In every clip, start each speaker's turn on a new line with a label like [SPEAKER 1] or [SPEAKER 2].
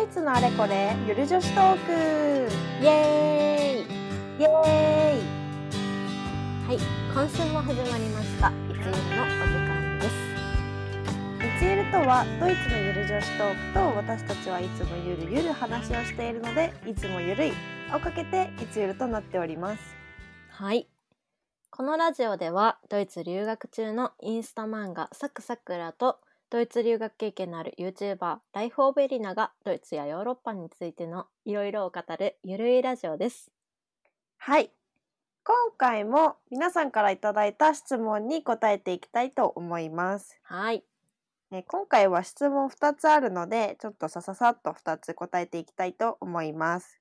[SPEAKER 1] イツのあれこれゆる女子トーク
[SPEAKER 2] イエーイ
[SPEAKER 1] イエーイ
[SPEAKER 2] はい、今週も始まりました。いつゆるのお時間です。
[SPEAKER 1] いちゆるとはドイツのゆる女子トークと私たちはいつもゆるゆる話をしているのでいつもゆるいをかけていちゆるとなっております
[SPEAKER 2] はい。このラジオでは、ドイツ留学中のインスタ漫画サクサクラと、ドイツ留学経験のある YouTuber ライフ・オーベリナがドイツやヨーロッパについてのいろいろを語るゆるいラジオです。
[SPEAKER 1] はい今回も皆さんからいただいた質問に答えていきたいと思います
[SPEAKER 2] はい。
[SPEAKER 1] えー今回は質問2つあるのでちょっとさささっと2つ答えていきたいと思います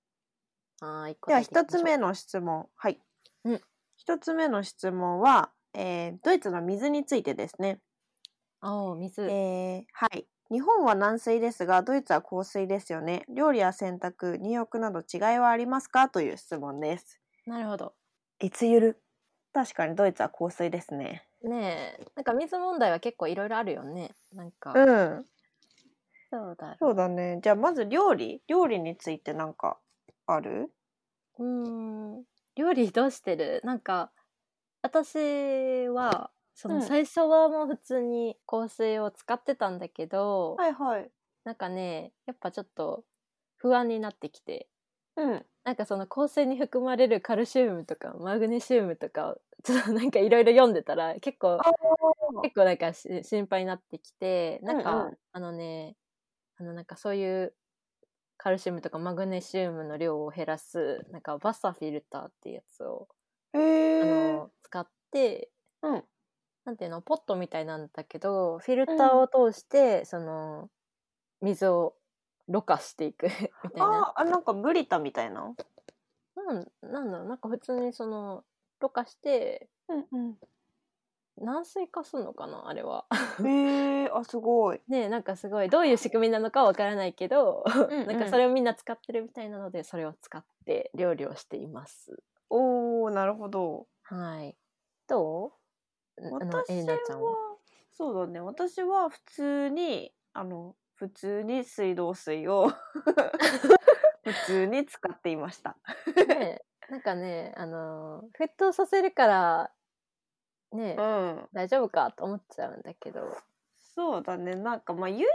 [SPEAKER 2] はい。
[SPEAKER 1] では一つ目
[SPEAKER 2] の。
[SPEAKER 1] の質問はい、
[SPEAKER 2] うん
[SPEAKER 1] 一つ目の質問は、えードイツの水についてですね、
[SPEAKER 2] おお、水。
[SPEAKER 1] えーはい日本は軟水ですがドイツは硬水ですよね料理や洗濯入浴など違いはありますかという質問です
[SPEAKER 2] なるほど。
[SPEAKER 1] いつゆる確かにドイツは硬水ですね
[SPEAKER 2] ねえ、なんか水問題は結構いろいろあるよね。なんか、
[SPEAKER 1] うん
[SPEAKER 2] そうだろ
[SPEAKER 1] そうだねじゃあまず料理料理についてなんかある
[SPEAKER 2] う。うーん。料理どうしてるなんか、私は、そ
[SPEAKER 1] うん
[SPEAKER 2] の最初はもう普通に香水を使ってたんだけど、
[SPEAKER 1] いはい
[SPEAKER 2] なんかね、やっぱちょっと不安になってきて、
[SPEAKER 1] うん
[SPEAKER 2] なんかその香水に含まれるカルシウムとかマグネシウムとか、 ちょっとなんかいろいろ読んでたら結構結構なんかし心配になってきてなんか、
[SPEAKER 1] うんう
[SPEAKER 2] あのねあのなんかそういうカルシウムとかマグネシウムの量を減らすなんかバッサフィルターっていうやつを、
[SPEAKER 1] へえ
[SPEAKER 2] あの使って
[SPEAKER 1] うん
[SPEAKER 2] なんていうのポットみたいなんだけどフィルターを通して、その水をろ過していく みたいな
[SPEAKER 1] ああなんかブリタみたいな
[SPEAKER 2] なんなんだろうなんか普通にそのろ過して
[SPEAKER 1] うんうん
[SPEAKER 2] 軟水化すんのかなあれは。
[SPEAKER 1] へえあすごい。
[SPEAKER 2] ねえなんかすごいどういう仕組みなのかわからないけど、
[SPEAKER 1] んうん
[SPEAKER 2] なんかそれをみんな使ってるみたいなのでそれを使って料理をしています。
[SPEAKER 1] おおなるほど。
[SPEAKER 2] はい。どう？あのエ
[SPEAKER 1] 私
[SPEAKER 2] リナちゃんは。
[SPEAKER 1] はそうだね私は普通にあの普通に水道水を 普通に使っていました。
[SPEAKER 2] ねえなんかねあのー沸騰させるからねえ、
[SPEAKER 1] うん
[SPEAKER 2] 大丈夫かと思っちゃうんだけど。
[SPEAKER 1] そうだねなんかまあ唯一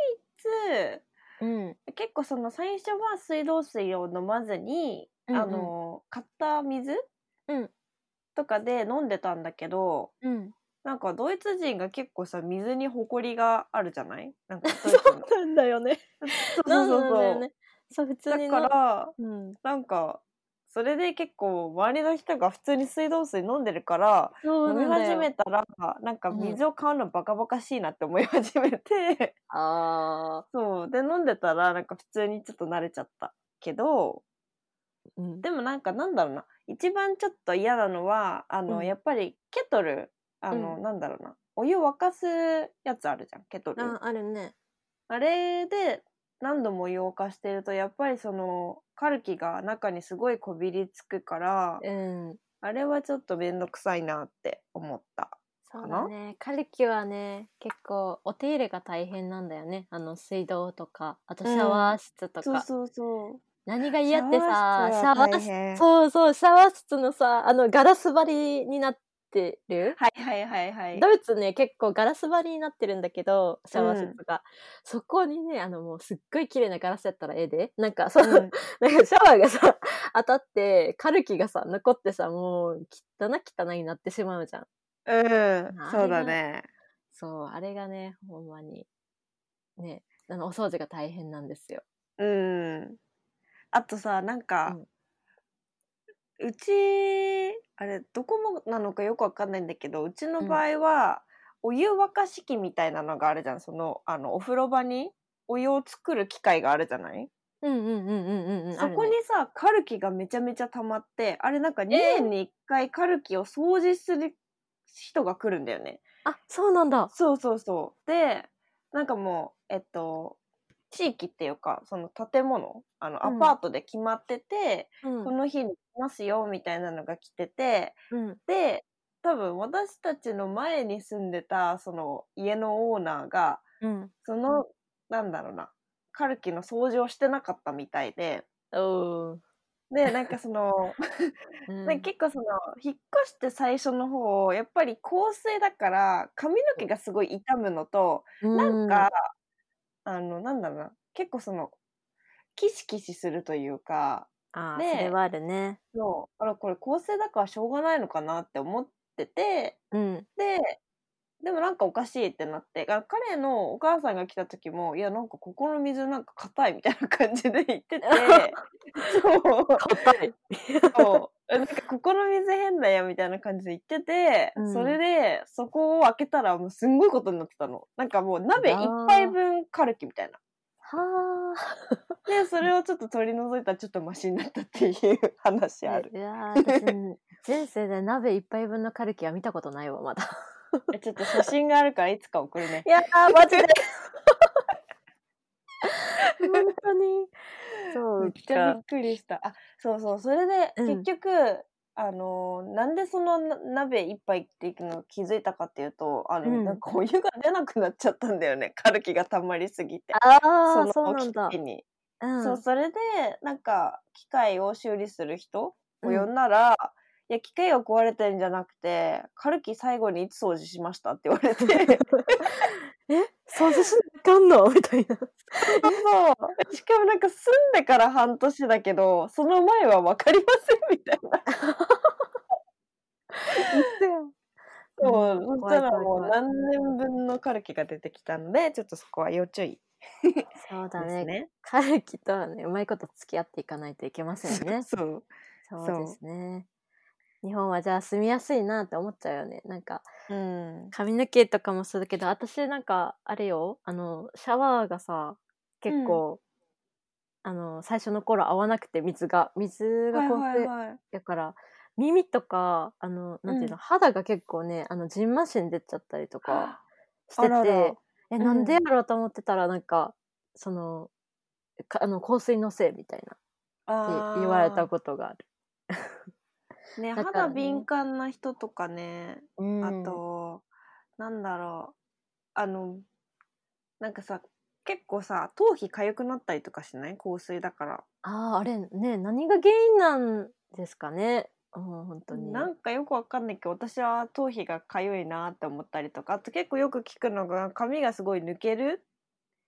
[SPEAKER 2] うん。
[SPEAKER 1] 結構その最初は水道水を飲まずに、
[SPEAKER 2] うんうん
[SPEAKER 1] あの買った水、
[SPEAKER 2] うん
[SPEAKER 1] とかで飲んでたんだけど。
[SPEAKER 2] うん。
[SPEAKER 1] なんかドイツ人が結構さ水に誇りがあるじゃないなんかそう
[SPEAKER 2] なんだよね。
[SPEAKER 1] そう
[SPEAKER 2] な
[SPEAKER 1] そうんそうそ
[SPEAKER 2] なんだよ
[SPEAKER 1] う、
[SPEAKER 2] ね。そう普通に
[SPEAKER 1] だか
[SPEAKER 2] の
[SPEAKER 1] ら
[SPEAKER 2] うん。
[SPEAKER 1] なんかそれで結構周りの人が普通に水道水飲んでるから
[SPEAKER 2] そう
[SPEAKER 1] 飲み
[SPEAKER 2] なんだ
[SPEAKER 1] 始
[SPEAKER 2] よ。
[SPEAKER 1] めたらなんか水を買うのバカバカしいなって思い始め て、
[SPEAKER 2] ああ。
[SPEAKER 1] そうで飲んでたらなんか普通にちょっと慣れちゃったけど
[SPEAKER 2] うん。
[SPEAKER 1] でもなんかなんだろうな一番ちょっと嫌なのはあの、
[SPEAKER 2] うん
[SPEAKER 1] やっぱりケトルあの、
[SPEAKER 2] う
[SPEAKER 1] なんだろうなお湯沸かすやつあるじゃんケトル。
[SPEAKER 2] ああるね。
[SPEAKER 1] あれで何度も溶化してるとやっぱりそのカルキが中にすごいこびりつくから
[SPEAKER 2] うん。
[SPEAKER 1] あれはちょっと面倒くさいなって思った。
[SPEAKER 2] そう
[SPEAKER 1] か
[SPEAKER 2] だ
[SPEAKER 1] な
[SPEAKER 2] ねカルキはね結構お手入れが大変なんだよねあの水道とかあとシャワー室とか、
[SPEAKER 1] そうそうそう。
[SPEAKER 2] 何が嫌ってさシ
[SPEAKER 1] シ
[SPEAKER 2] ャ
[SPEAKER 1] ャ
[SPEAKER 2] ワ
[SPEAKER 1] ワ
[SPEAKER 2] ー
[SPEAKER 1] ー
[SPEAKER 2] 室
[SPEAKER 1] 室は大変
[SPEAKER 2] そうそうシャワー室のさあのガラス張りになってる、
[SPEAKER 1] はいはいはいはい。
[SPEAKER 2] ドイツね結構ガラス張りになってるんだけどシャワー
[SPEAKER 1] うん
[SPEAKER 2] 室が、そこにねあのもうすっごい綺麗なガラスやったらええでなんかそう、
[SPEAKER 1] うん
[SPEAKER 2] なんかシャワーがさ 当たってカルキがさ残ってさもう汚汚いになってしまうじゃん
[SPEAKER 1] うん
[SPEAKER 2] まあ、
[SPEAKER 1] そうだね。
[SPEAKER 2] そう、あれがね、ほんまに。ね、あの、お掃除が大変なんですよ。
[SPEAKER 1] うん。あとさなんか、うちあれどこもなのかよくわかんないんだけどうちの場合は、お湯沸かし器みたいなのがあるじゃんそのあのお風呂場にお湯を作る機械があるじゃない
[SPEAKER 2] うんうんうんうんうんうん。
[SPEAKER 1] そこにさ、カルキがめちゃめちゃ溜まってあれなんか2年に1回カルキを掃除する人が来るんだよね。
[SPEAKER 2] あ,、そうなんだ。
[SPEAKER 1] そうそうそうでなんかもうえっと地域っていうかその建物あのア
[SPEAKER 2] うん
[SPEAKER 1] パートで決まってて、
[SPEAKER 2] うん
[SPEAKER 1] こ。の日に来ますよみたいなのが来てて
[SPEAKER 2] うん。
[SPEAKER 1] で多分私たちの前に住んでたその家のオーナーが
[SPEAKER 2] うん。
[SPEAKER 1] その、なんだろうなカルキの掃除をしてなかったみたいで、
[SPEAKER 2] おー
[SPEAKER 1] で、なんかその、
[SPEAKER 2] うん
[SPEAKER 1] なんか結構その、引っ越して最初の方、やっぱり香水だから髪の毛がすごい傷むのと、なんか、あの、なんだろうな、結構その、キシキシするというか、
[SPEAKER 2] うんあー
[SPEAKER 1] ね
[SPEAKER 2] それはあるね。
[SPEAKER 1] そう、あら、これ香水だからしょうがないのかなって思ってて、
[SPEAKER 2] うん。
[SPEAKER 1] で、でもなんかおかしいってなって、あ彼のお母さんが来た時も、いや、なんかここの水なんか硬いみたいな感じで言 ってて、 そう、
[SPEAKER 2] 硬い。
[SPEAKER 1] そうなんかここの水変だよみたいな感じで言ってて、
[SPEAKER 2] うん
[SPEAKER 1] それで、そこを開けたらもうすんごいことになってたの。なんかもう鍋一杯分カルキみたいな。
[SPEAKER 2] は
[SPEAKER 1] で、それをちょっと取り除いたらちょっとマシになったっていう話あ
[SPEAKER 2] あ。
[SPEAKER 1] る。
[SPEAKER 2] いやー私人生で鍋一杯分のカルキは見たことないわまだ。
[SPEAKER 1] えちょっと写真があるからいつか送るね。
[SPEAKER 2] いやーマジで 本当にそ
[SPEAKER 1] めっ
[SPEAKER 2] う
[SPEAKER 1] ちゃび
[SPEAKER 2] か
[SPEAKER 1] っくりした。あ、そうそう。それで、
[SPEAKER 2] うん
[SPEAKER 1] 結局、あのーなんでそのな鍋一杯っていうのを気づいたかっていうと、あの、
[SPEAKER 2] うん
[SPEAKER 1] なんかお湯が出なくなっちゃったんだよね。カルキが溜まりすぎて。
[SPEAKER 2] ああー
[SPEAKER 1] の
[SPEAKER 2] そうなんだ
[SPEAKER 1] 機器に、
[SPEAKER 2] うん
[SPEAKER 1] そう、それで、なんか、機械を修理する人を
[SPEAKER 2] うん
[SPEAKER 1] 呼んだら、いや、機械が壊れてんじゃなくて、カルキ最後にいつ掃除しましたって言われて、
[SPEAKER 2] え掃除しなきゃあかんのみたいな。
[SPEAKER 1] そう。 しかもなんか住んでから半年だけど、その前は分かりませんみたいな。そう、そしたらもう何年分のカルキが出てきたので、ちょっとそこは要注意
[SPEAKER 2] そう
[SPEAKER 1] で
[SPEAKER 2] だ
[SPEAKER 1] す
[SPEAKER 2] ね。
[SPEAKER 1] ね。
[SPEAKER 2] カルキとはね、うまいこと付き合っていかないといけませんね。
[SPEAKER 1] そう。
[SPEAKER 2] そううですね。日本はじゃあ住みやすいなって思っちゃうよね。なんか
[SPEAKER 1] うん。
[SPEAKER 2] 髪の毛とかもするけど、私なんかあれよ、あの、シャワーがさ、結構、あの、最初の頃合わなくて水が、水が
[SPEAKER 1] はい
[SPEAKER 2] こう
[SPEAKER 1] はいはい。
[SPEAKER 2] だから、耳とか、あの、なんていうの、
[SPEAKER 1] うん
[SPEAKER 2] 肌が結構ね、あの、じんましん出ちゃったりとか。してて
[SPEAKER 1] あらら
[SPEAKER 2] え
[SPEAKER 1] ん
[SPEAKER 2] なんでやろうと思ってたらなんか、そのかあの香水のせいみたいなっ
[SPEAKER 1] あ
[SPEAKER 2] て
[SPEAKER 1] ー
[SPEAKER 2] 言われたことがある。
[SPEAKER 1] ね、
[SPEAKER 2] だからね
[SPEAKER 1] 肌敏感な人とかね、
[SPEAKER 2] うん
[SPEAKER 1] あ、と、なんだろう。あの、なんかさ、結構さ、頭皮痒くなったりとかしない香水だから。
[SPEAKER 2] あーあれね何が原因なんですかね。うん本当に。
[SPEAKER 1] なんかよくわかんないけど私は頭皮が痒いなって思ったりとかあと結構よく聞くのが髪がすごい抜ける、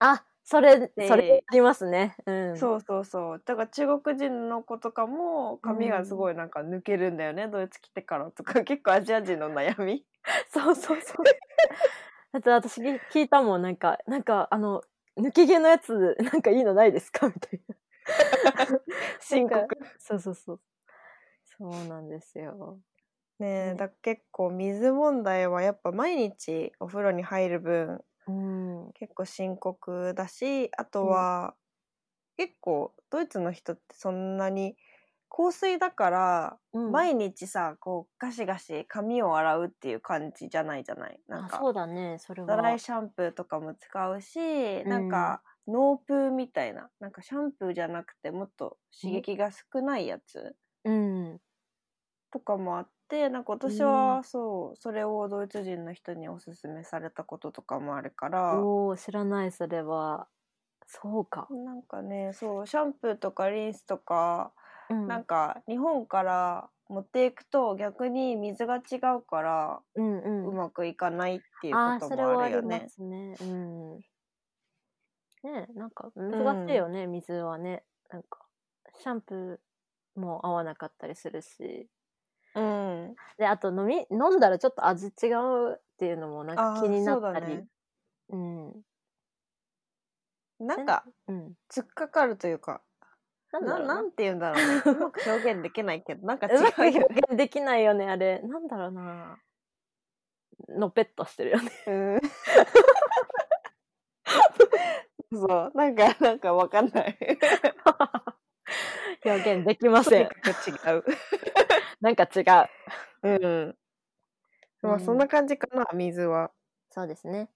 [SPEAKER 2] あそれ
[SPEAKER 1] で
[SPEAKER 2] それありますね。うん。う。
[SPEAKER 1] そうそうそうだから中国人の子とかも髪がすごいなんか抜けるんだよね、ドイツ来てからとか 結構アジア人の悩 み
[SPEAKER 2] そうそうそう。 だって私聞いたもんなんかなんかあの抜け毛のやつなんかいいのないですかみたいな。
[SPEAKER 1] 深刻
[SPEAKER 2] そうそうそう。そうなんですよ。
[SPEAKER 1] ね
[SPEAKER 2] ね
[SPEAKER 1] えだから結構水問題はやっぱ毎日お風呂に入る分
[SPEAKER 2] うん。
[SPEAKER 1] 結構深刻だしあとは、結構ドイツの人ってそんなに香水だから
[SPEAKER 2] うん
[SPEAKER 1] 毎日さこうガシガシ髪を洗うっていう感じじゃないじゃないなん
[SPEAKER 2] あ
[SPEAKER 1] か
[SPEAKER 2] そうだねそれは
[SPEAKER 1] ドライシャンプーとかも使うし、なんかノープーみたいななんかシャンプーじゃなくてもっと刺激が少ないやつ
[SPEAKER 2] うん
[SPEAKER 1] とかもあってなんか私
[SPEAKER 2] う
[SPEAKER 1] はそうそれをドイツ人の人におすすめされたこととかもあるから。
[SPEAKER 2] おお知らないそれはそうか、
[SPEAKER 1] なんかねそうシャンプーとかリンスとか、
[SPEAKER 2] うん、
[SPEAKER 1] なんか日本から持っていくと逆に水が違うから
[SPEAKER 2] うんうん
[SPEAKER 1] うまくいかないっていう
[SPEAKER 2] ああー
[SPEAKER 1] こ
[SPEAKER 2] そ
[SPEAKER 1] と
[SPEAKER 2] れは
[SPEAKER 1] もあ
[SPEAKER 2] あ
[SPEAKER 1] るよ
[SPEAKER 2] り
[SPEAKER 1] ね
[SPEAKER 2] ま。すねうんねえなんか難しいよね、水はねなんかシャンプーも合わなかったりするし
[SPEAKER 1] うん、
[SPEAKER 2] であと飲み飲んだらちょっと味違うっていうのもなんか
[SPEAKER 1] あー
[SPEAKER 2] 気になった
[SPEAKER 1] そうだ
[SPEAKER 2] り
[SPEAKER 1] ね
[SPEAKER 2] うん
[SPEAKER 1] なんか
[SPEAKER 2] うん
[SPEAKER 1] 突っかかるというか
[SPEAKER 2] なんだ
[SPEAKER 1] な
[SPEAKER 2] ろうな
[SPEAKER 1] なんて言うんだろ うねうまく表現できないけどなんか違
[SPEAKER 2] うまく
[SPEAKER 1] うよ
[SPEAKER 2] 表現できないよねあれなんだろうなのぺっとしてるよね
[SPEAKER 1] ね。うん そうなんかなんかわかんない。
[SPEAKER 2] 表現できま
[SPEAKER 1] と
[SPEAKER 2] せ
[SPEAKER 1] に
[SPEAKER 2] ん
[SPEAKER 1] かく違う。
[SPEAKER 2] なんか違う
[SPEAKER 1] うん。まあそんな感じかな水は。
[SPEAKER 2] そうですね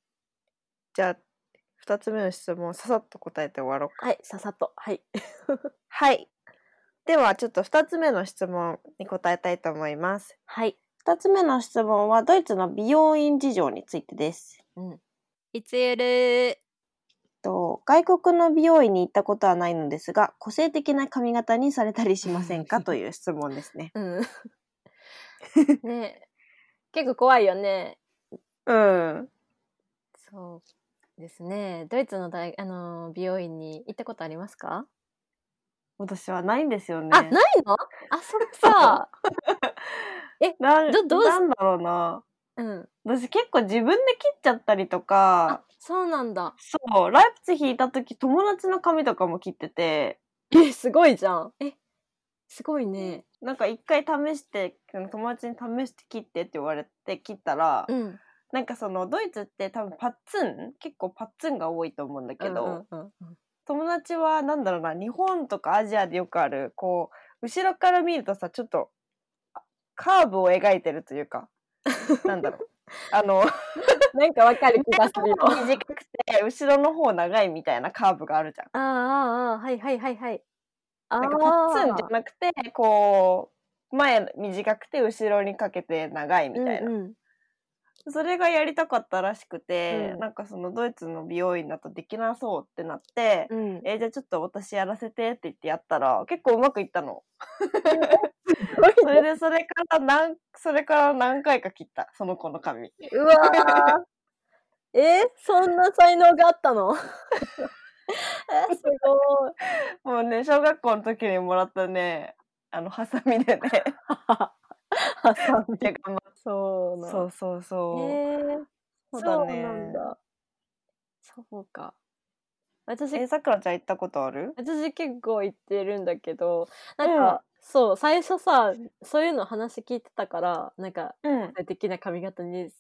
[SPEAKER 1] じゃあ2つ目の質問をささっと答えて終わろうか。
[SPEAKER 2] はいささっとはい
[SPEAKER 1] はい。ではちょっと2つ目の質問に答えたいと思います。
[SPEAKER 2] はい
[SPEAKER 1] 2つ目の質問はドイツの美容院事情についてです。
[SPEAKER 2] いつゆる
[SPEAKER 1] と、外国の美容院に行ったことはないのですが、個性的な髪型にされたりしませ んかという質問ですね。
[SPEAKER 2] うん。ね結構怖いよね。
[SPEAKER 1] うん。
[SPEAKER 2] そうですね。ドイツの大、あのー美容院に行ったことありますか、
[SPEAKER 1] 私はないんですよね。
[SPEAKER 2] あ、ないのあ、そっか。
[SPEAKER 1] な
[SPEAKER 2] どどう
[SPEAKER 1] なんだろうな。
[SPEAKER 2] うん。
[SPEAKER 1] 私結構自分で切っちゃったりと
[SPEAKER 2] あ
[SPEAKER 1] か、、
[SPEAKER 2] そうなんだ。
[SPEAKER 1] そう、ライプツィヒいた時友達の髪とかも切ってて、
[SPEAKER 2] え、すごいじゃん。え、すごいね。
[SPEAKER 1] なんか一回試して、友達に試して切ってって言われて切ったら、
[SPEAKER 2] うん。
[SPEAKER 1] なんかそのドイツって多分パッツン結構パッツンが多いと思うんだけど、
[SPEAKER 2] うんうんうん
[SPEAKER 1] 友達はなんだろうな日本とかアジアでよくあるこう後ろから見るとさちょっとあカーブを描いてるという かなんだろうあの
[SPEAKER 2] うん。なんかわかる気がするよ。あ
[SPEAKER 1] 短くて後ろの方長いみたいなカーブがあるじゃん。
[SPEAKER 2] あ、ああ、はいはいはいはい。ああ。
[SPEAKER 1] なんかパッツンじゃなくてこう前短くて後ろにかけて長いみたいな、
[SPEAKER 2] うんうん
[SPEAKER 1] それがやりたかったらしくて、
[SPEAKER 2] うん
[SPEAKER 1] なんかそのドイツの美容院だとできなそうってなって、
[SPEAKER 2] うん、
[SPEAKER 1] えーじゃあちょっと私やらせてって言ってやったら結構うまくいったの。それでそれから何それから何回か切ったその子の髪。
[SPEAKER 2] うわーえそんな才能があったの えすごい
[SPEAKER 1] もうね小学校の時にもらったねあのハサミでね
[SPEAKER 2] ハサ
[SPEAKER 1] め
[SPEAKER 2] ミ
[SPEAKER 1] っちゃ頑張っ
[SPEAKER 2] そう
[SPEAKER 1] た
[SPEAKER 2] な
[SPEAKER 1] そうそうそう。
[SPEAKER 2] えー
[SPEAKER 1] そ
[SPEAKER 2] そうう
[SPEAKER 1] だね
[SPEAKER 2] なんだそうか私
[SPEAKER 1] えさくらちゃん行ったことある？
[SPEAKER 2] 私結構行ってるんだけどなんか、そう最初さそういうの話聞いてたからなんか
[SPEAKER 1] うん
[SPEAKER 2] 具体的な髪型に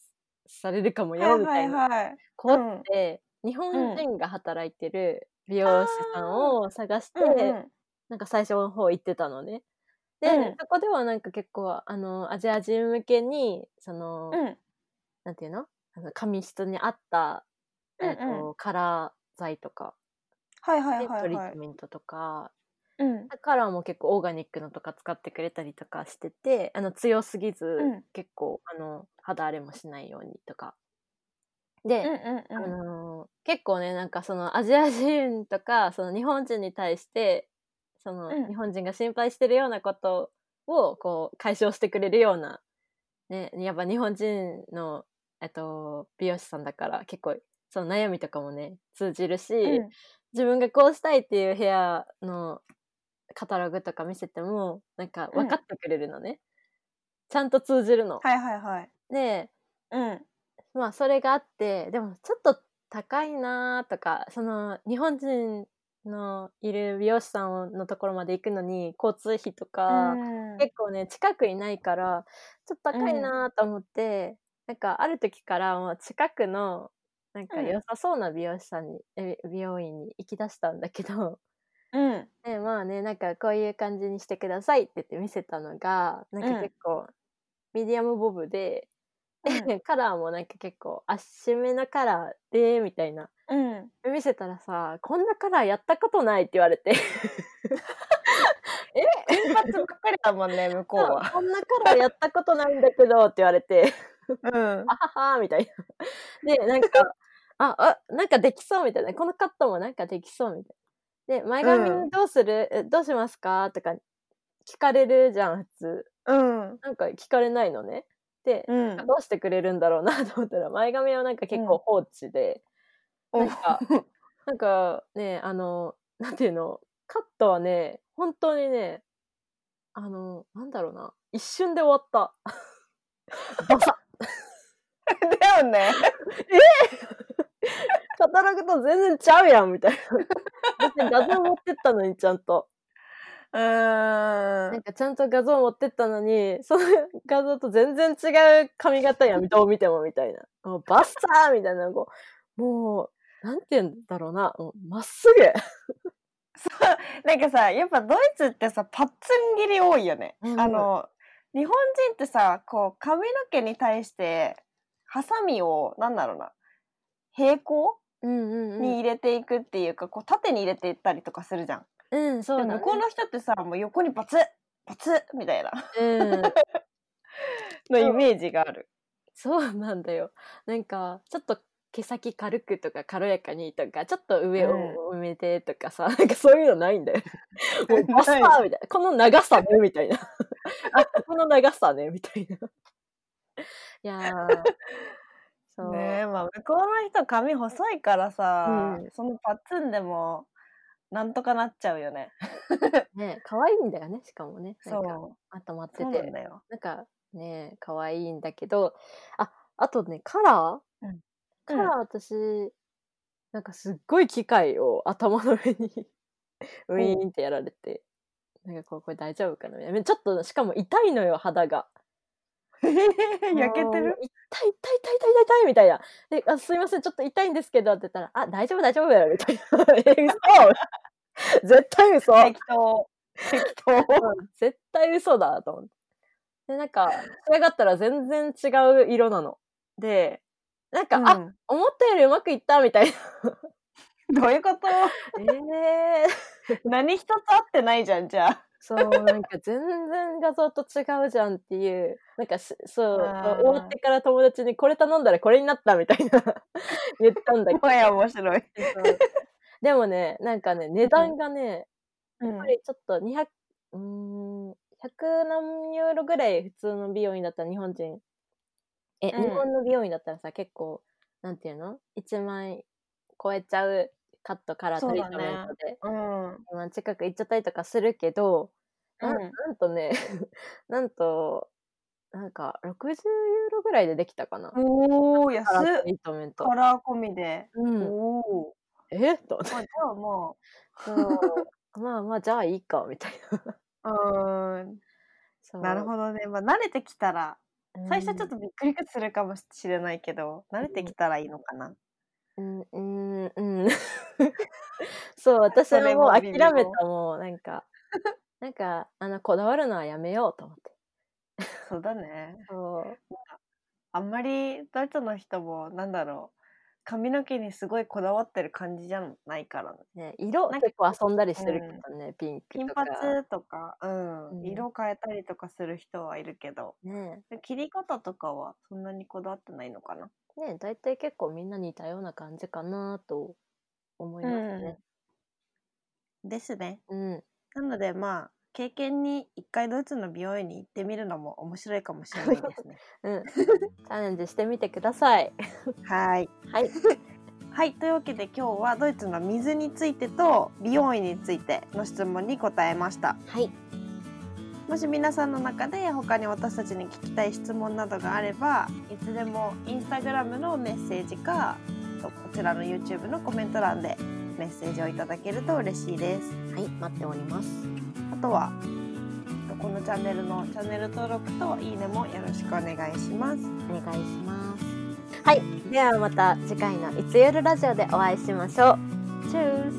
[SPEAKER 2] されるかも
[SPEAKER 1] は
[SPEAKER 2] よ
[SPEAKER 1] い
[SPEAKER 2] み
[SPEAKER 1] は
[SPEAKER 2] たい
[SPEAKER 1] い
[SPEAKER 2] な
[SPEAKER 1] はい。
[SPEAKER 2] こうって日本人が働いてる美容師さんを探して、
[SPEAKER 1] うんうん
[SPEAKER 2] なんか最初の方行ってたのね。で、
[SPEAKER 1] うん
[SPEAKER 2] そこではなんか結構、あの、アジア人向けに、その、
[SPEAKER 1] うん
[SPEAKER 2] なんていうのあの髪質に合った、えっ、と、
[SPEAKER 1] うん
[SPEAKER 2] カラー剤とか、
[SPEAKER 1] はいはい
[SPEAKER 2] で
[SPEAKER 1] は
[SPEAKER 2] ト
[SPEAKER 1] い
[SPEAKER 2] リ
[SPEAKER 1] は
[SPEAKER 2] ー
[SPEAKER 1] い
[SPEAKER 2] ト。メントとか、
[SPEAKER 1] うん
[SPEAKER 2] カラーも結構オーガニックのとか使ってくれたりとかしてて、あの、強すぎず、
[SPEAKER 1] うん
[SPEAKER 2] 結構、あの、肌荒れもしないようにとか。で、
[SPEAKER 1] うんうん
[SPEAKER 2] あ
[SPEAKER 1] うん。
[SPEAKER 2] のー結構ねなんかそのアジア人とかその日本人に対してその、
[SPEAKER 1] うん
[SPEAKER 2] 日本人が心配してるようなことをこう解消してくれるような、ね、やっぱ日本人の、えっと、美容師さんだから結構その悩みとかもね通じるし、
[SPEAKER 1] うん
[SPEAKER 2] 自分がこうしたいっていう部屋のカタログとか見せてもなんか分かってくれるのね、ちゃんと通じるの。
[SPEAKER 1] はいはいはい。
[SPEAKER 2] で
[SPEAKER 1] うん
[SPEAKER 2] まあそれがあってでもちょっと高いなーとかその日本人のいる美容師さんのところまで行くのに交通費とか、
[SPEAKER 1] うん
[SPEAKER 2] 結構ね近くにないからちょっと高いなーと思って、なんかある時からもう近くのなんか
[SPEAKER 1] うん
[SPEAKER 2] 良さそうな美容師さんに、え美容院に行きだしたんだけど、
[SPEAKER 1] うん
[SPEAKER 2] ね、まあねなんかこういう感じにしてくださいって言って見せたのがなん
[SPEAKER 1] う
[SPEAKER 2] か
[SPEAKER 1] ん
[SPEAKER 2] 結構、ミディアムボブで
[SPEAKER 1] うん
[SPEAKER 2] カラーもなんか結構、あっしめのカラーで、みたいな。
[SPEAKER 1] うん。
[SPEAKER 2] 見せたらさ、こんなカラーやったことないって言われて。
[SPEAKER 1] 金髪ばっかりだもんね、向こうは。
[SPEAKER 2] こんなカラーやったことないんだけど、って言われて、
[SPEAKER 1] うん。
[SPEAKER 2] あははみたいな。で、なんか、あ、あ、なんかできそうみたいな。このカットもなんかできそうみたいな。で、前
[SPEAKER 1] うん
[SPEAKER 2] 髪どうする、えどうしますかとか聞かれるじゃん、普通。
[SPEAKER 1] うん。
[SPEAKER 2] なんか聞かれないのね。で、
[SPEAKER 1] うん。
[SPEAKER 2] どうしてくれるんだろうなと思ったら、前髪はなんか結構放置で、なん か、なんかね、あの、なんていうの、カットはね、本当にね、あの、なんだろうな、一瞬で終わった。バサ
[SPEAKER 1] だよね。
[SPEAKER 2] ッカタログと全然ちゃうやんみたいな。別に画像持ってったのに、ちゃんと。
[SPEAKER 1] うー
[SPEAKER 2] なんん。かちゃんと画像持ってったのに、その画像と全然違う髪型やん、どう見てもみたいな。もうバッサーみたいな、こう、もう、なんて言うんだろうな、もうまっす
[SPEAKER 1] なんかさ、やっぱドイツってさ、パッツン切り多いよね。
[SPEAKER 2] うん
[SPEAKER 1] あの、日本人ってさ、こう、髪の毛に対して、ハサミを、なんだろうな、平行
[SPEAKER 2] ぐ。うんう
[SPEAKER 1] に入れていくっていうか、こう、縦に入れていったりとかするじゃん。
[SPEAKER 2] うん、そう
[SPEAKER 1] で
[SPEAKER 2] だ、ね。
[SPEAKER 1] 向こうの人ってさ、もう横にバツッバツッみたいな、
[SPEAKER 2] うん。
[SPEAKER 1] のイメージがある。
[SPEAKER 2] そうなんだよ。なんか、ちょっと毛先軽くとか軽やかにとかちょっと上
[SPEAKER 1] うん
[SPEAKER 2] を埋めてとかさ、なんかそういうのないんだよ。もうバサ ー
[SPEAKER 1] な
[SPEAKER 2] みたいな。この長さねみ たいな。あこの長さねみたいな。いやーそう、
[SPEAKER 1] ねえまあ向こうの人髪細いからさ、
[SPEAKER 2] うん
[SPEAKER 1] そのパッツンでもなんとかなっちゃうよね。
[SPEAKER 2] ね可愛いんだよねしかもね。
[SPEAKER 1] そう
[SPEAKER 2] なんかまとまってて
[SPEAKER 1] そうなんだよ。
[SPEAKER 2] なんかね可愛いんだけどああとねカラー、
[SPEAKER 1] うん
[SPEAKER 2] カラー私なんかすっごい機械を頭の上にウィーンってやられて、なんかこうこれ大丈夫かなみたいなちょっとしかも痛いのよ肌が。
[SPEAKER 1] 焼けてる
[SPEAKER 2] もう痛い痛い痛い痛い痛い痛いみたいなであ「すいませんちょっと痛いんですけど」って言ったら「あ大丈夫大丈夫だよ」みたいな「え嘘絶対嘘
[SPEAKER 1] 適当。 適当。
[SPEAKER 2] うん絶対嘘だと思って。で、なんか、仕上がったら全然違う色なの。で、なんか、あ、
[SPEAKER 1] うん
[SPEAKER 2] 思ったよりうまくいったみたいな。
[SPEAKER 1] どういうこと
[SPEAKER 2] ええ
[SPEAKER 1] 何一つ合ってないじゃんじゃ あ。
[SPEAKER 2] そう、なんか全然画像と違うじゃんっていう。なんかし、そう、
[SPEAKER 1] あー
[SPEAKER 2] 終わってから友達にこれ頼んだらこれになったみたいな 言ったんだけど
[SPEAKER 1] もや面白い。。
[SPEAKER 2] そうでもね、なんかね、値段がね、
[SPEAKER 1] う
[SPEAKER 2] やっ
[SPEAKER 1] ん
[SPEAKER 2] ぱりちょっと200、うーん、100何ユーロぐらい普通の美容院だったら日本人。え、
[SPEAKER 1] うん
[SPEAKER 2] 日本の美容院だったらさ、結構、なんていうの ?1 万円超えちゃうカットから
[SPEAKER 1] そ
[SPEAKER 2] ト
[SPEAKER 1] う
[SPEAKER 2] リ
[SPEAKER 1] だね
[SPEAKER 2] ートメントで、
[SPEAKER 1] うん。
[SPEAKER 2] 1万近く行っちゃったりとかするけど、な
[SPEAKER 1] うん
[SPEAKER 2] なんとね、なんと、なんか60ユーロぐらいでできたかな。
[SPEAKER 1] おお安
[SPEAKER 2] カラー
[SPEAKER 1] っ
[SPEAKER 2] トリートメント
[SPEAKER 1] カ。ラー込みで。
[SPEAKER 2] うん、
[SPEAKER 1] おお。
[SPEAKER 2] えと
[SPEAKER 1] まあじゃあも
[SPEAKER 2] そう。まあまあ、じゃあいいか、みたいな。
[SPEAKER 1] う。うー。
[SPEAKER 2] そうん
[SPEAKER 1] なるほどね。まあ慣れてきたら最初はちょっ
[SPEAKER 2] と
[SPEAKER 1] とびっくりするかもしれないけど、慣れてきたらいいのかな。
[SPEAKER 2] うん、うん、うん。そう、私
[SPEAKER 1] そ
[SPEAKER 2] は
[SPEAKER 1] れ
[SPEAKER 2] もう
[SPEAKER 1] も
[SPEAKER 2] 諦
[SPEAKER 1] 微
[SPEAKER 2] め
[SPEAKER 1] 妙
[SPEAKER 2] た、もう、なんか、なんか、あの、こだわるのはやめようと思って。
[SPEAKER 1] そうだね。
[SPEAKER 2] そう。
[SPEAKER 1] あんまりドイツの人もなんだろう。髪の毛にすごいこだわってる感じじゃないからね。
[SPEAKER 2] ね、色
[SPEAKER 1] なんか
[SPEAKER 2] 結構遊んだりしてるけどね、ピンク
[SPEAKER 1] 金
[SPEAKER 2] とか。
[SPEAKER 1] 髪とか、う、
[SPEAKER 2] うんん
[SPEAKER 1] 色変えたりとかする人はいるけど、
[SPEAKER 2] ね
[SPEAKER 1] 切り方とかはそんなにこだわってないのかな。
[SPEAKER 2] ね大体結構みんな似たような感じかなと思いますね。
[SPEAKER 1] ですね。
[SPEAKER 2] うん。
[SPEAKER 1] なのでまあ経験に一回ドイツの美容院に行ってみるのも面白いかもしれないですね。
[SPEAKER 2] うん。チャレンジしてみてください。
[SPEAKER 1] はい。
[SPEAKER 2] はい。
[SPEAKER 1] はいというわけで今日はドイツの水についてと美容院についての質問に答えました。
[SPEAKER 2] はい。
[SPEAKER 1] もし皆さんの中で他に私たちに聞きたい質問などがあればいつでもインスタグラムのメッセージかこちらの YouTube のコメント欄でメッセージをいただけると嬉しいです。
[SPEAKER 2] はい、待っております。
[SPEAKER 1] あとはこのチャンネルのチャンネル登録といいねもよろしくお願いします。
[SPEAKER 2] お願いします。はい。ではまた次回のいつゆるラジオでお会いしましょう。チュー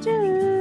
[SPEAKER 2] ス
[SPEAKER 1] チュー